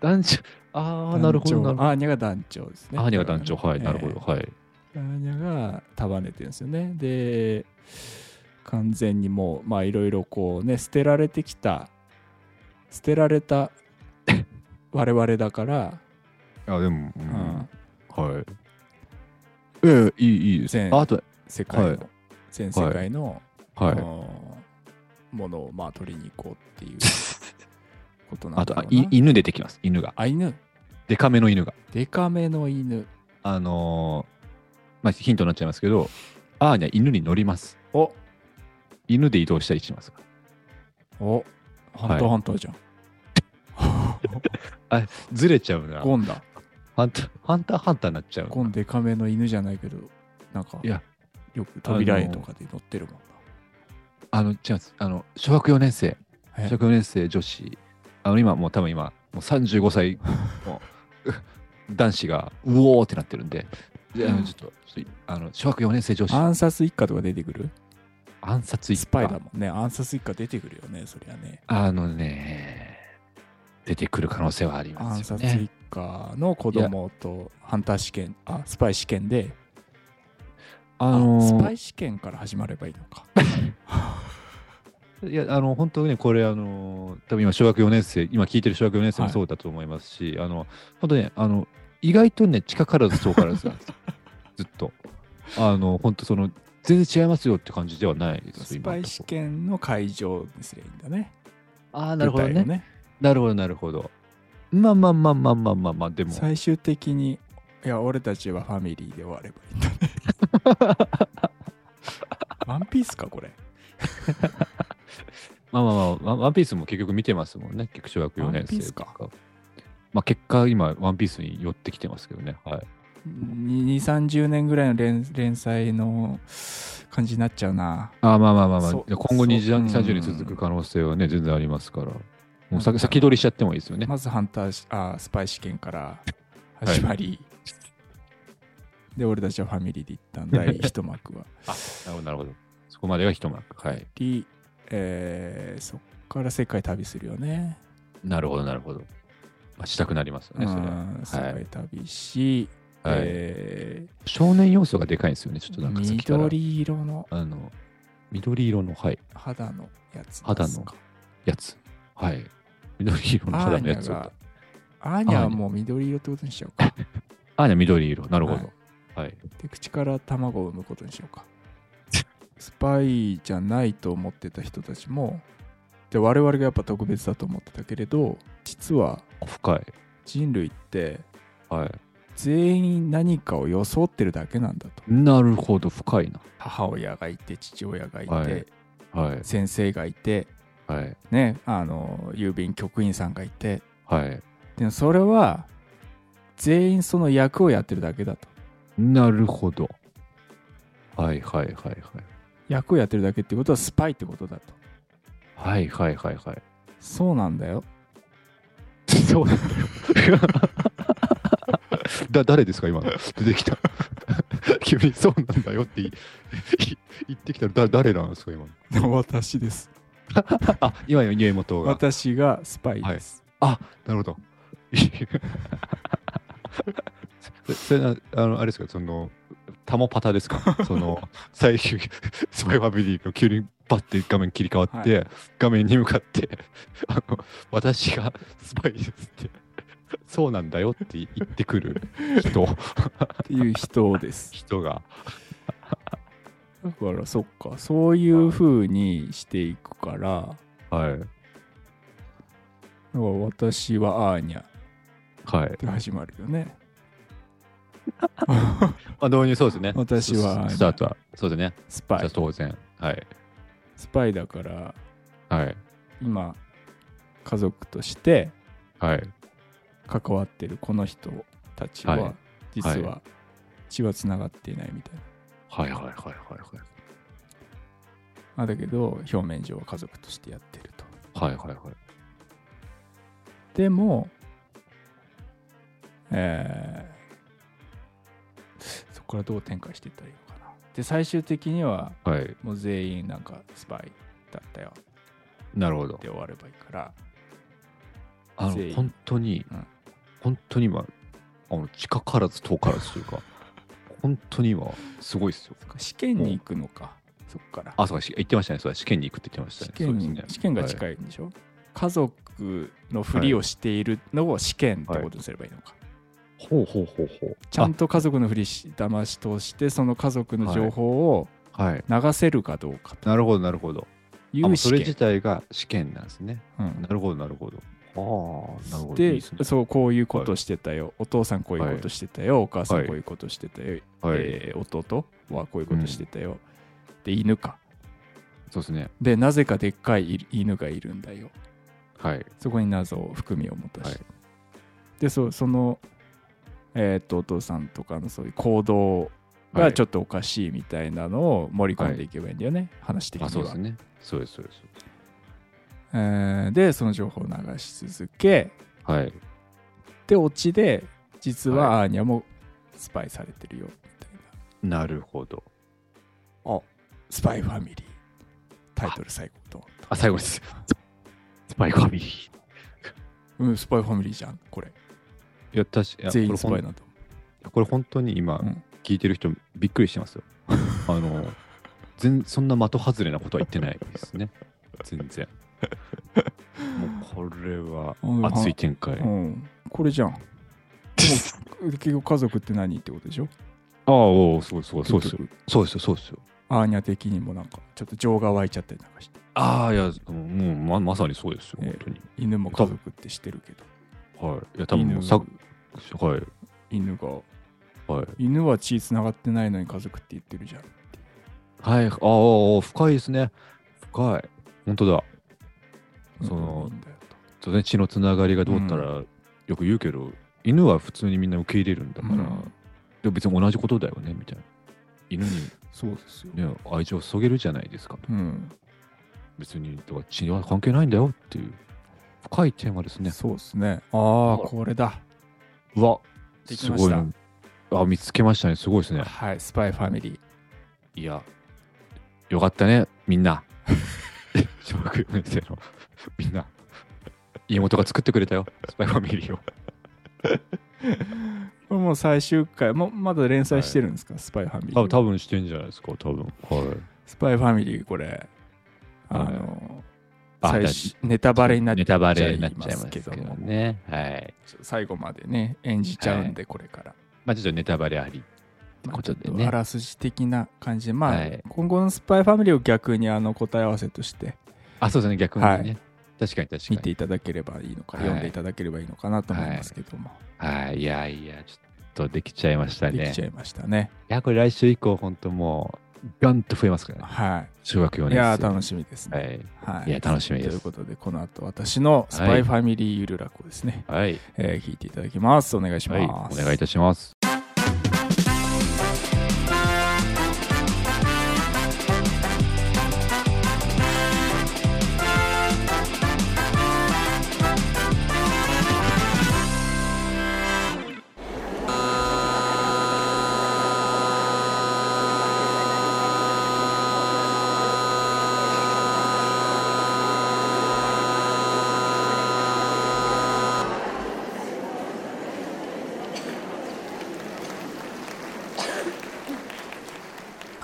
団長、ああ、なるほど、
団長
なるほど。
アーニャが団長ですね。
アーニャが団長、はい、
ええ
なるほど、はい。
アーニャが束ねてるんですよね。で、完全にもう、まあ、いろいろこうね、捨てられてきた、捨てられ た我々だから、
あ、でも、う
うんん、
はい。ええ、いい、いいです。
全
ああと、
世界の、
はい
全世界の、
はい
あ。のものをまあ取りに行こうって いうことな
あ
んだ
と、
ろ
あ
うな。
い犬出てきます、犬が。
あ犬
デカめの犬が。
デカめの犬
あのーまあ、ヒントになっちゃいますけど、アーニャ犬に乗ります。
お
犬で移動したりします。
おハンターハンタ ーじゃん、
ずれちゃうな。
ゴンだ
ハンター、ハンター、ハンターになっちゃう。
ゴンデカめの犬じゃないけどなんか
いや
よく扉絵とかで乗ってるもん
あの、違うんです。あの、小学4年生、
な
小
え
学4年生女子、あの、今、もう多分今、もう35歳 の男子が、うおーってなってるんで、であのちょっと、ちょっとあの小学4年生女子、
暗殺一家とか出てくる
暗殺一
スパイだ
家
もんね暗殺一家出てくるよねそりゃね
あのね、出てくる可能性はありま
暗
すよ
殺
ね。
一家の子供とハンター試験あスパイ試験で、
あのー
スパイ試験から始まればいいのか
いや、あの、本当にね、これ、あの、多分今、小学4年生、今聞いてる小学4年生もそうだと思いますし、あの、本当ね、あの、意外とね、近からず遠からずなん ですよずっと。あの、本当その、全然違いますよって感じではないです、
スパイ試
今のとこ
験の会場にすりゃいいんだね
ろ。ああ、なるほど
舞台
ね
をね
なるほど、なるほど。まあまあまあまあまあまあまあ、でも、
最終的にいや俺たちはファミリーで終わればいいんだ ねワンピースかこれ
まあまあまあ、ワンワンピースも結局見てますもんね、結局小学4年
ワン
生
ピース
と
か
か。まあ結果、今、ワンピースに寄ってきてますけどね。はい。
2 3 0年ぐらいの連連載の感じになっちゃうな
あーまあまあまあまあ、
そう
今後2
そう
0 30
うん
年続く可能性はね、全然ありますから。もう
なん
先
か
先取りしちゃってもいいですよね。
まずハンターしあスパイ試験から始まり、で俺たちはファミリーで一旦 第一幕は
なるほど、なるほど。そこまでが一幕。はい。
り、えーそっから世界旅するよね
なるほど、なるほど。まあ、したくなりますよね、それは
うん世界旅し、
はい
えー
少年要素がでかいんですよね、ちょっとなんか先から。
緑色の
あの緑色の、はい、
肌のやつですか
肌のやつ。はい。緑色の
アー
肌の
ニ
や
ャ
つを
が。アーニャはもう緑色ってことにしようか
あーね、緑色。なるほ
は
ど。はい。
で口から卵を産むことにしようかスパイじゃないと思ってた人たちもで我々がやっぱ特別だと思ってたけれど実は
深い。
人類って
はい。
全員何かを装ってるだけなんだと
なるほど、深いな。
母親がいて父親がいて、
はいはい。
先生がいて
はい。
ねあの郵便局員さんがいて
はい。
でもそれは全員その役をやってるだけだと
なるほど。はいはいはいはい。
役をやってるだけってことはスパイってことだと
はいはいはいはい。
そうなんだよ
そうなんだ よ。だ誰ですか今の出てきた 急にそうなんだよって言い言い言ってきたらだ誰なんですか今 の
私です
あ今の家元が
私がスパイです、
なるほど それそれなあのあれですかそのタモパタです かその最終スパイファミリーが急にバッて画面切り替わって、画面に向かってあの私がスパイですってそうなんだよって言ってくる人
っていう人です。
人が
だからそっかそういう風にしていくから、
はい
だから私はアーニャっ
はい
て始まるよね。
まあ導入そうですね
私は
ススタートはそうですね、
スパ
じゃあ
イ。
当然はい
スパイだから
はい
今家族として
はい
関わってるこの人たち
は
はい実
は
は血はつながっていないみたいな。
はいはいはいはい
あだけど表面上は家族としてやってると。
はいはいはいはい
でも、えーそこからどう展開していったらいいのかな。で最終的には
はい
もう全員なんかスパイだったよ
なるほど
って終わればいいから。
あ
全員
の本当に、
うん
本当に今あの近からず遠からずというか 本当に今すごいですよ
そっか試験に行くのか、そっから。
あそうかし言ってましたねそうだ試験に行くって言ってましたね
試験
そう
に
ですね
試験が近いんでしょ、家族のふりをしているのを試験ってことにすればいいのか、
ほうほうほうほう
ちゃんと家族のふりし騙し通してその家族の情報を
あはい
流せるかどうかと
なるほどなるほど
い
あも
う
うそ
試
れ
験
自体が試験なんですね
うん
なるほどなるほどああなるほど
で
いいすね
そうこういうことしてたよ、お父さんこういうことしてたよ、お母さん
はい
こういうことしてたよ、
はい、
えー弟はこういうことしてたよ、で犬か
そうですね
でなぜかでっかい犬がいるんだよ
はい
そこに謎を含みを持たし、
はい
でそうその、えーっとお父さんとかのそういう行動
は
が
い
ちょっとおかしいみたいなのを盛り込んでいけばいいんだよね、話的に
あ
は
そうですねそうですそうです
えーでその情報を流し続け
はい
でオチで実は
は
アーニャもスパイされてるよみたい
なるほど
な、スパイファミリータイトル最高と、
あ最後です スパイファミリー
うん、スパイファミリーじゃんこれ
いや確かいや
全
こ
員
れ
スパ
ほ
イ
ん
なんだ
これ本当に今、
うん
聞いてる人びっくりしてますよ。 あの全そんな的外れなことは言ってないですね。全然。もうこれは
うん
熱い展開。
もん、うん、これじゃん 結局家族って何ってことでしょ
ああ、おお、すごいすごい。そうです
結
よ
局。
そうですよ、そうですよ。
アーニャ的にもなんかちょっと情が湧いちゃったりなんかして
ああ、いや、もうもうままさにそうですよ、
ええ
本当に。
犬も家族ってしてるけど
はい。いや、多分もうさはい。
犬が
はい。
犬は血つながってないのに家族って言ってるじゃん
はい。ああああ、深いですね。深い。本当だ。そ
うん
の
いい、んだよと
当然血のつながりがどうったらよく言うけど、犬は普通にみんな受け入れるんだから、
うん
でも別に同じことだよねみたいな犬に、
そうですよ、
ね、愛情を注げるじゃないですかと
うん、
別にだから血は関係ないんだよっていう深いテーマですね
そうですねああ
ほら
これだ
うわ
でき
す
ま
ご
し
い
た
なあ見つけましたねすごいですね
はいスパイファミリー
いやよかったねみん な小学4年生のみんな家元が作ってくれたよスパイファミリーを
これもう最終回もうまだ連載してるんですか、スパイファミリ
多分
ー
多分してんじゃないですか多分はい
スパイファミリーこれあの、
あ
最終ネタバレになっ
ネ
ちゃ
タ
いま
バレになっちゃいますすけ
け
ど
ども
ね。はい。
最後までね演じちゃうんで、これから
まあちょっとネタバレありってことで
まあちょっと
ね
あ。らすじ的な感じで、まあ
はい
今後のスパイファミリーを逆にあの答え合わせとして
あ、そうですね、逆に
はい
ね。確かに確か
見
に
て。いただければいいのか、
はい
読んでいただければいいのかなと思いますけども、
はい。いやいや、ちょっとできちゃいました
でき
ね。
ちゃいましたね。
いや、これ来週以降、本当もう、ガンと増えますからね。
は
小学4
い。
年
い
生。
やー、楽しみですね。はい
いや楽しみです
ということで、この後私のスパイファミリーゆるらこですね、
はい。はい。
えー聞いていただきます。お願いし
はい。
ま
お
す。
願いいたします。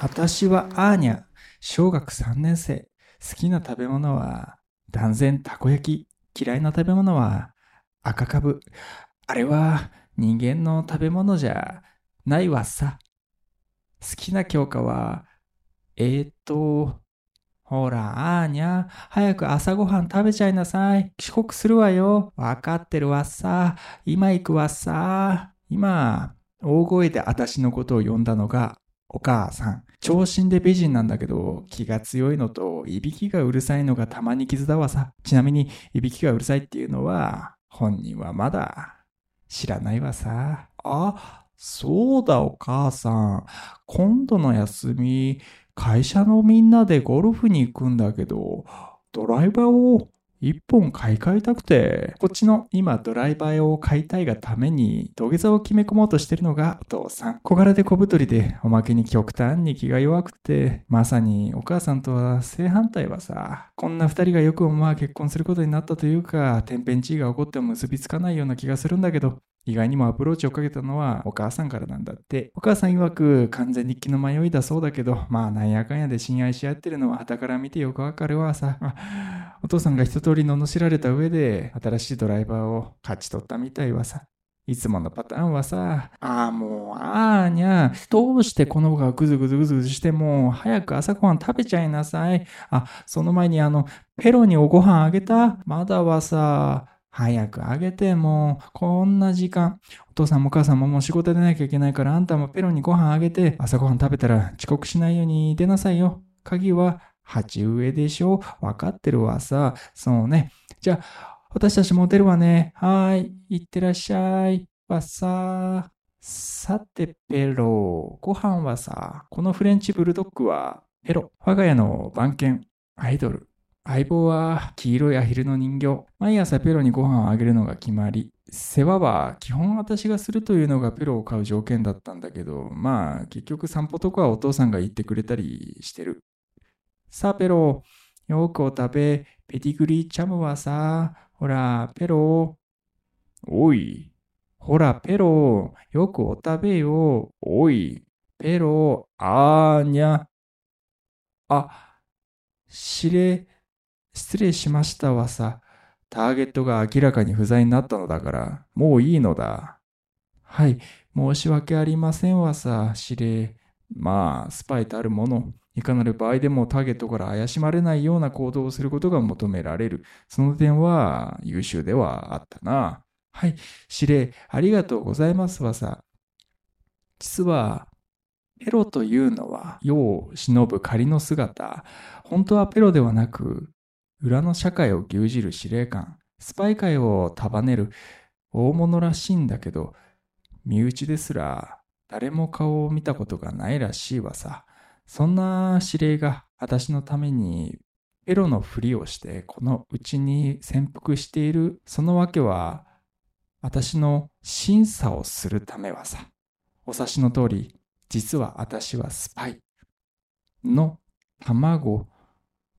私はアーニャ、小学3年生。好きな食べ物は断然たこ焼き。嫌いな食べ物は赤かぶ。あれは人間の食べ物じゃないわさ。好きな教科は、えー、っと、ほら、あーにゃ、早く朝ごはん食べちゃいなさい。遅刻するわよ。わかってるわさ。今行くわさ。今、大声で私のことを呼んだのが、お母さん。長身で美人なんだけど、気が強いのと、いびきがうるさいのがたまに傷だわさ。ちなみに、いびきがうるさいっていうのは、本人はまだ知らないわさ。あ、そうだお母さん。今度の休み、会社のみんなでゴルフに行くんだけど、ドライバーを一本買い替えたくて、こっちの今ドライバーを買いたいがために土下座を決め込もうとしてるのがお父さん。小柄で小太りで、おまけに極端に気が弱くて、まさにお母さんとは正反対はさ、こんな二人がよくもまあ結婚することになったというか、天変地異が起こっても結びつかないような気がするんだけど、意外にもアプローチをかけたのはお母さんからなんだって。お母さん曰く完全に気の迷いだそうだけど、まあなんやかんやで親愛し合ってるのは旗から見てよくわかるわさ。お父さんが一通り罵られた上で新しいドライバーを勝ち取ったみたいはさ。いつものパターンはさ、ああもう、ああにゃ、どうしてこの子がぐずぐずぐずぐずしても、早く朝ごはん食べちゃいなさい。あ、その前にあの、ペロにおご飯あげたまだはさ、早くあげて、もう、こんな時間。お父さんもお母さんももう仕事出なきゃいけないから、あんたもペロにご飯あげて、朝ごはん食べたら遅刻しないように出なさいよ。鍵は鉢植えでしょわかってるわさ。そうね。じゃあ、私たちも出るわね。はーい。いってらっしゃい。わささて、ペロ。ご飯はさ、このフレンチブルドッグは、ペロ。我が家の番犬、アイドル。相棒は黄色いアヒルの人形。毎朝ペロにご飯をあげるのが決まり。世話は基本私がするというのがペロを買う条件だったんだけど、まあ結局散歩とかはお父さんが言ってくれたりしてる。さあペロ、よくお食べ、ペディグリーチャムはさ、ほらペロ。おい。ほらペロ、よくお食べよ。おい。ペロ、あーにゃ。あ、しれ、失礼しましたはさ、ターゲットが明らかに不在になったのだから、もういいのだ。はい、申し訳ありませんわさ、指令。まあ、スパイたるもの。いかなる場合でもターゲットから怪しまれないような行動をすることが求められる。その点は優秀ではあったな。はい、指令、ありがとうございますわさ。実は、ペロというのは、世を忍ぶ仮の姿。本当はペロではなく、裏の社会を牛耳る司令官、スパイ界を束ねる大物らしいんだけど、身内ですら誰も顔を見たことがないらしいわさ。そんな司令が私のためにペロのふりをしてこのうちに潜伏しているそのわけは私の審査をするためはさ。お察しの通り、実は私はスパイの卵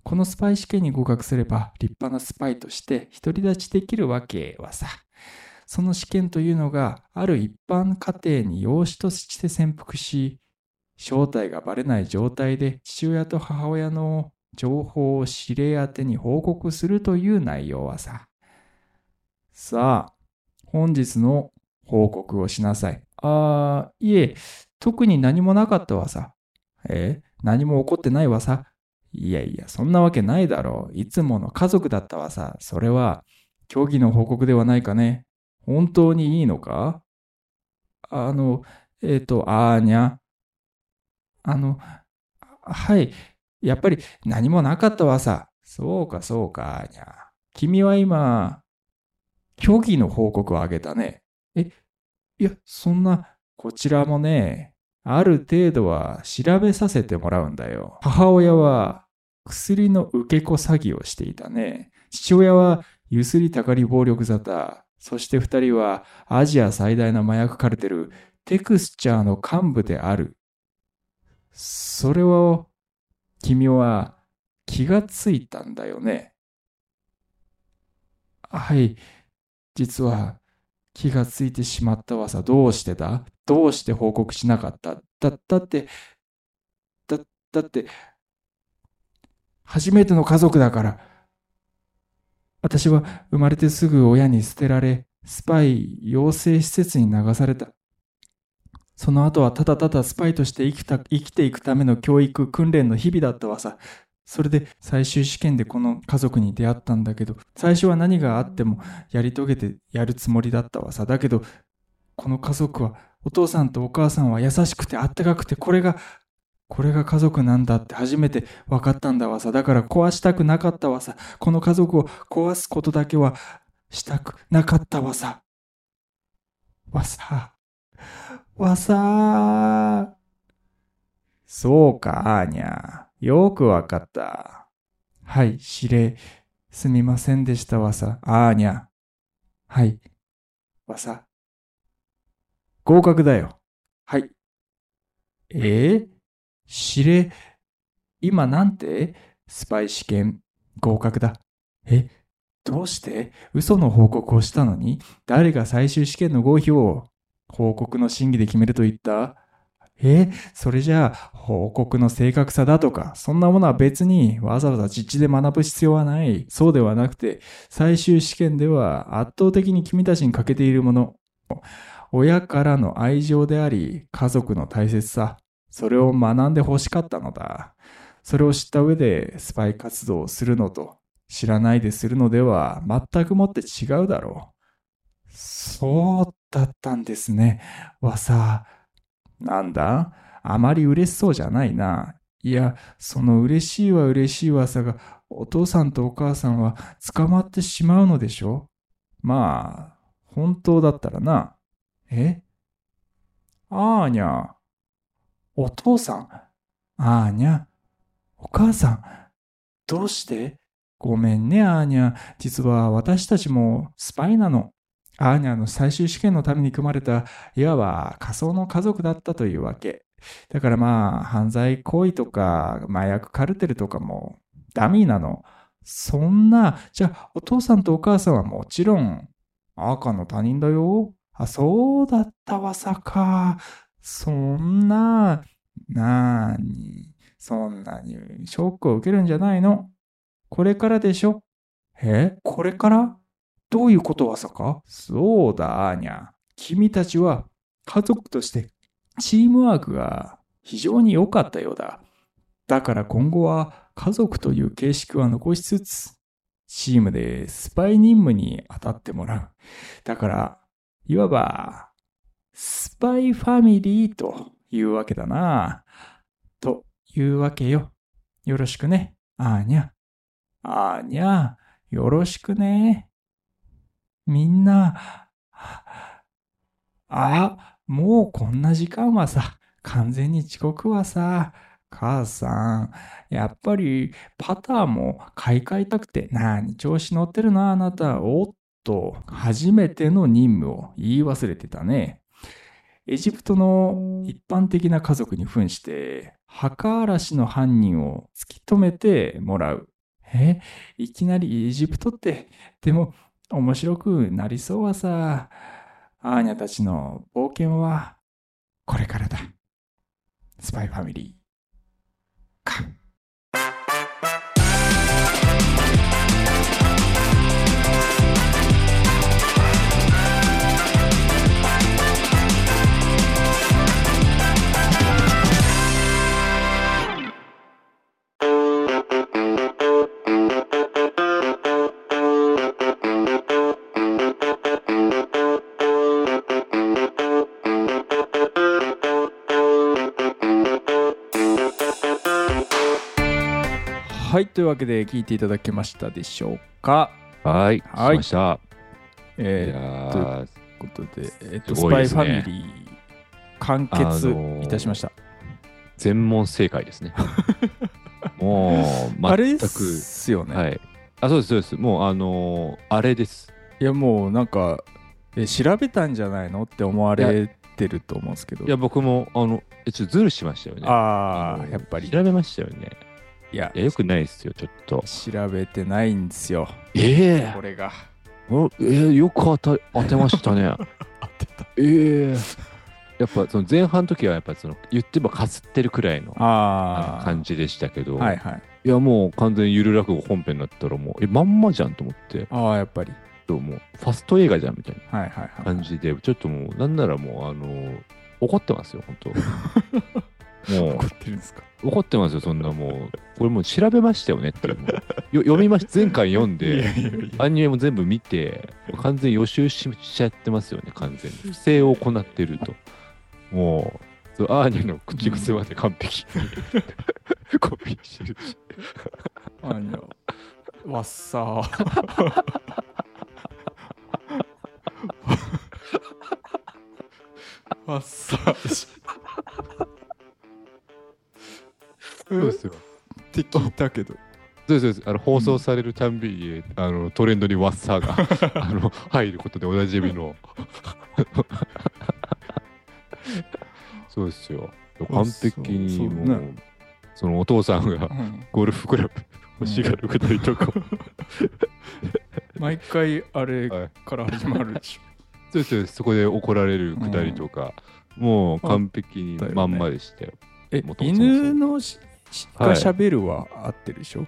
このスパイ試験に合格すれば立派なスパイとして独り立ちできるわけはさ。その試験というのがある一般家庭に養子として潜伏し、正体がバレない状態で父親と母親の情報を指令宛てに報告するという内容はさ。さあ、本日の報告をしなさい。あー、いえ、特に何もなかったわさ。え何も起こってないわさ。いやいや、そんなわけないだろう。いつもの家族だったわさ。それは、競技の報告ではないかね。本当にいいのかあの、えっ、ー、と、あーにゃ。あの、はい。やっぱり何もなかったわさ。そうか、そうか、あーにゃ。君は今、競技の報告をあげたね。え、いや、そんな、こちらもね、ある程度は調べさせてもらうんだよ。母親は薬の受け子詐欺をしていたね。父親はゆすりたかり暴力沙汰。そして二人はアジア最大の麻薬カルテル、テクスチャーの幹部である。それは、君は気がついたんだよね。はい。実は気がついてしまったわさ。どうしてだどうして報告しなかっただ、だって、だ、だって、初めての家族だから。私は生まれてすぐ親に捨てられ、スパイ養成施設に流された。その後はただただスパイとして生きた生きていくための教育、訓練の日々だったわさ。それで最終試験でこの家族に出会ったんだけど、最初は何があってもやり遂げてやるつもりだったわさ。だけど、この家族は、お父さんとお母さんは優しくてあったかくて、これが、これが家族なんだって初めて分かったんだわさ。だから壊したくなかったわさ。この家族を壊すことだけはしたくなかったわさ。わさ。わさー。そうか、あーにゃ。よくわかった。はい、指令。すみませんでしたわさ。あーにゃ。はい。わさ。合格だよ。はい。えー、指令、今なんてスパイ試験合格だ。え、どうして嘘の報告をしたのに誰が最終試験の合否を報告の審議で決めると言ったえ、それじゃあ報告の正確さだとか、そんなものは別にわざわざ実地で学ぶ必要はない。そうではなくて、最終試験では圧倒的に君たちに欠けているもの、親からの愛情であり、家族の大切さ、それを学んで欲しかったのだ。それを知った上でスパイ活動をするのと知らないでするのでは全くもって違うだろう。そうだったんですね。わさ。なんだあまり嬉しそうじゃないな。いや、その嬉しいは嬉しいわさが、お父さんとお母さんは捕まってしまうのでしょまあ、本当だったらな。えあーにゃ。お父さんあーにゃ。お母さんどうしてごめんね、あーにゃ。実は私たちもスパイなの。アーニャの最終試験のために組まれた、いわば仮想の家族だったというわけ。だからまあ、犯罪行為とか、麻薬カルテルとかも、ダミーなの。そんな、じゃあ、お父さんとお母さんはもちろん、赤の他人だよ。あ、そうだったわさか。そんな、なーに、そんなにショックを受けるんじゃないの。これからでしょ。えこれからどういうことわさかそうだ、アーニャ。君たちは家族としてチームワークが非常に良かったようだ。だから今後は家族という形式は残しつつ、チームでスパイ任務に当たってもらう。だから、いわば、スパイファミリーというわけだな。というわけよ。よろしくね、あーにゃ。あーにゃ、よろしくね。みんな、あ、もうこんな時間はさ、完全に遅刻はさ、母さん、やっぱりパターも買い替えたくて、なに調子乗ってるな、あなた。おっと、初めての任務を言い忘れてたね。エジプトの一般的な家族に扮して、墓荒らしの犯人を突き止めてもらう。えいきなりエジプトって、でも面白くなりそうはさ。アーニャたちの冒険は、これからだ。スパイファミリー。か。はい、というわけで聞いていただけましたでしょうか。
はい。
は
はいい。ました。い
えー
やー
ということで、えっと、
す
ス
ごい
パイ
で
フ
す
ァ
ね
ミリー完
あの
結
ー
いたしました。
全問正 解ですね。もう、
あれ
全
で
く。
すよね。、
はいい。あ、そうです、そうです。もう、あのーあれです。
や、もうなんか、え調べたんじゃないのって思われてると思うんですけど。
いや、僕も、あの、えちょっとズルしましたよね。
あ
の
あ、やっぱり。
調べましたよね。
いや
い、や、よくないですよ、ちょっと。
調べてないんですよ。
え
これが。
ええーよく当た当てましたね。
当てた。
ええやっぱその前半の時はやっぱその言ってばかすってるくらいの
あ
あの
あ。
感じでしたけど、
はい
い、
はい。
やもう完全にゆる落語本編になったらもうえまんまじゃんと思って
ああ、やっぱり。
どうもファスト映画じゃんみたい
はいはいは。
ない感じでちょっともうなんならもうあの怒ってますよ本 当も
怒ってるんですか。
う怒ってますよそんなもうこれもう調べましたよねってもうよ読みました前回読ん
い
で
やいやいや。
アニメも全部見てもう完全に予習ししちゃってますよね完全に不正を行ってるともうそうアーニャの口癖まで完 璧にコピーしてるし
あ の、わっさー。わっさー。うんっ
よ
て聞いたけど。
そうですそうですあの放送されるたんびに、あのトレンドにワッ サーがあの入ることでおなじみのそうですよ完璧に
そうそう
もうそ
ね
のお父さん
う
が
ん
ゴルフクラブ欲しがるくだりとか、
毎回あれ
はい
から始まるで し
そうですそうですそこで怒られるくだりとか、もう完璧に
あったよね
まんまでしたよ
ょ。え
も、ともとそう
犬のしし
は
が
い
喋るは合ってるでしょ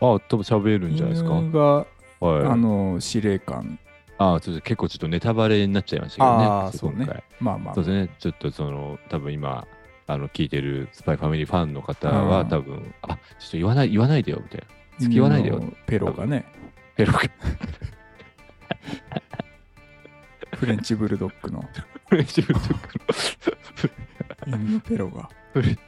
あ多分喋るんじゃないですか
犬が、あ
はい
の、司令官。
あそうです結構ちょっとネタバレになっちゃいましたけどね
あーそうね
今回
まあまあ
そう。ですね、ちょっとその、多分今、あの聞いてるスパイファミリーファンの方
う
は、
ん
多分あちょっと言わない、言わないでよ、みたいな。付き合わないでよ
犬。のペロがね、
ペロが
フレンチブルドッグの
フレンチブルドッグ
犬のペロが
フレ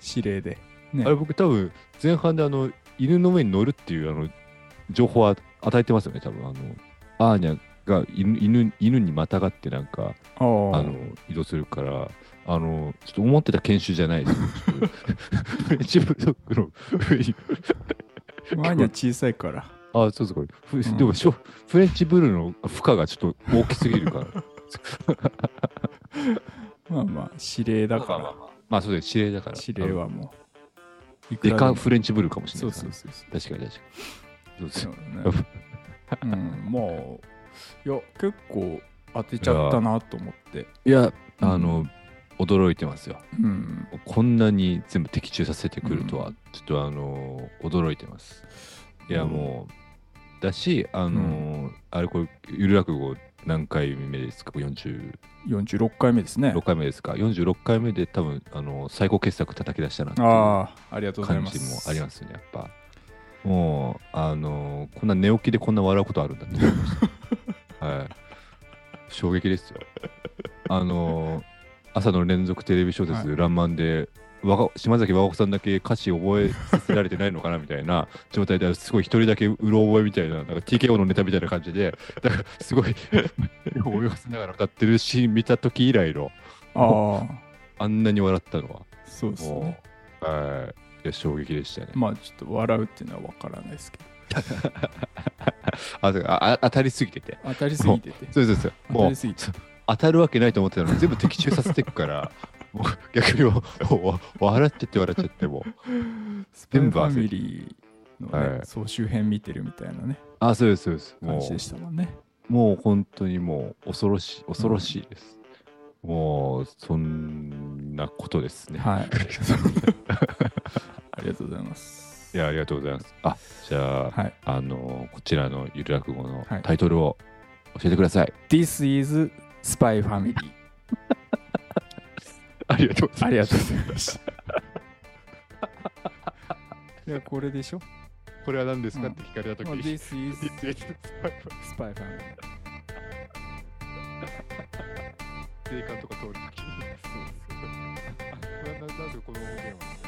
司令で。
のあれ、僕、多分前半であの犬の上に乗るっていうあの情報は与えてますよね、多分あのアーニャが犬犬犬にまたがって、なんか、
ああ
あの移動するから、あのちょっと思ってた研修じゃないで すよ。ちょっとフレンチブルドッグの上に
前には小さいから。
あ、そうそう、これ。
うん
ふでもしょ、フレンチブルの負荷がちょっと大きすぎるから。
まあまあ、指令だ
ま
か。
あまあ、そうです、指令だからら。
指令はもう。い
あの。でか
も
フレンチブルかもしれ
そ
な
う
い。
そうそうそう。
確かに確かに。そうです
そうねうん、まあ、いや、結構当てちゃったなと思って。
いや、
うん
あの、驚いてますよ。
うん。
こんなに全部的中させてくるとは、ちょっとあの、驚いてます。いや、
うん
もう、だし、あの、あれ、これ、ゆる落語何回目ですか ?46
46回目ですね。
回目ですか ?46 回目で多分、あの、最高傑作叩き出したなっていう
ああ、ありがとうござい
感
ます。
じもありますねやっぱもうあのーこんな寝起きでこんな笑うことあるんだって思いました はい衝撃ですよあのー朝の連続テレビ小説「
は
らんまん」でわが島崎和歌子さんだけ歌詞覚えさせられてないのかなみたいな状態ですごい一人だけうろ覚えみたいななんか TKO のネタみたいな感じでだからすごい 思い出せながら歌ってるシーン見た時以来の
ああ、
あんなに笑ったのは
そうですね
も。うはいいや衝撃でしたね
まあ、ちょっと笑うっていうのは分からないですけど。
あそうかああ当たりすぎてて。
当たりすぎてて。
そうそうそう。
当た
もう
りすぎて。
当たるわけないと思ってたのに全部的中させて くから、もう逆にもうもう笑っちゃって笑っちゃってもう。
スパイ
全
フ
部焦
ァ
る
ミリーのね、
はい
総集編見てるみたいなね、
あ、そうですそうです。
感
も
じでしたもんね。
うもう本当にもう恐ろしい恐ろしいです。もうそんなことですね。
はい。ありがとうございます。
いやありがとうございます。あ、じゃあ、
はい。
あのこちらのゆる落語の
はい
タイトルを教えてください。
This is Spy Family。
ありがとうご
ありがとうございました。 いや、これでしょ、
これは何です
か
か
っ
ってて聞かれた
まあ、
時
?This is Spy Family。
税関とか通るとき。そうです。なんなんですかこの音源は。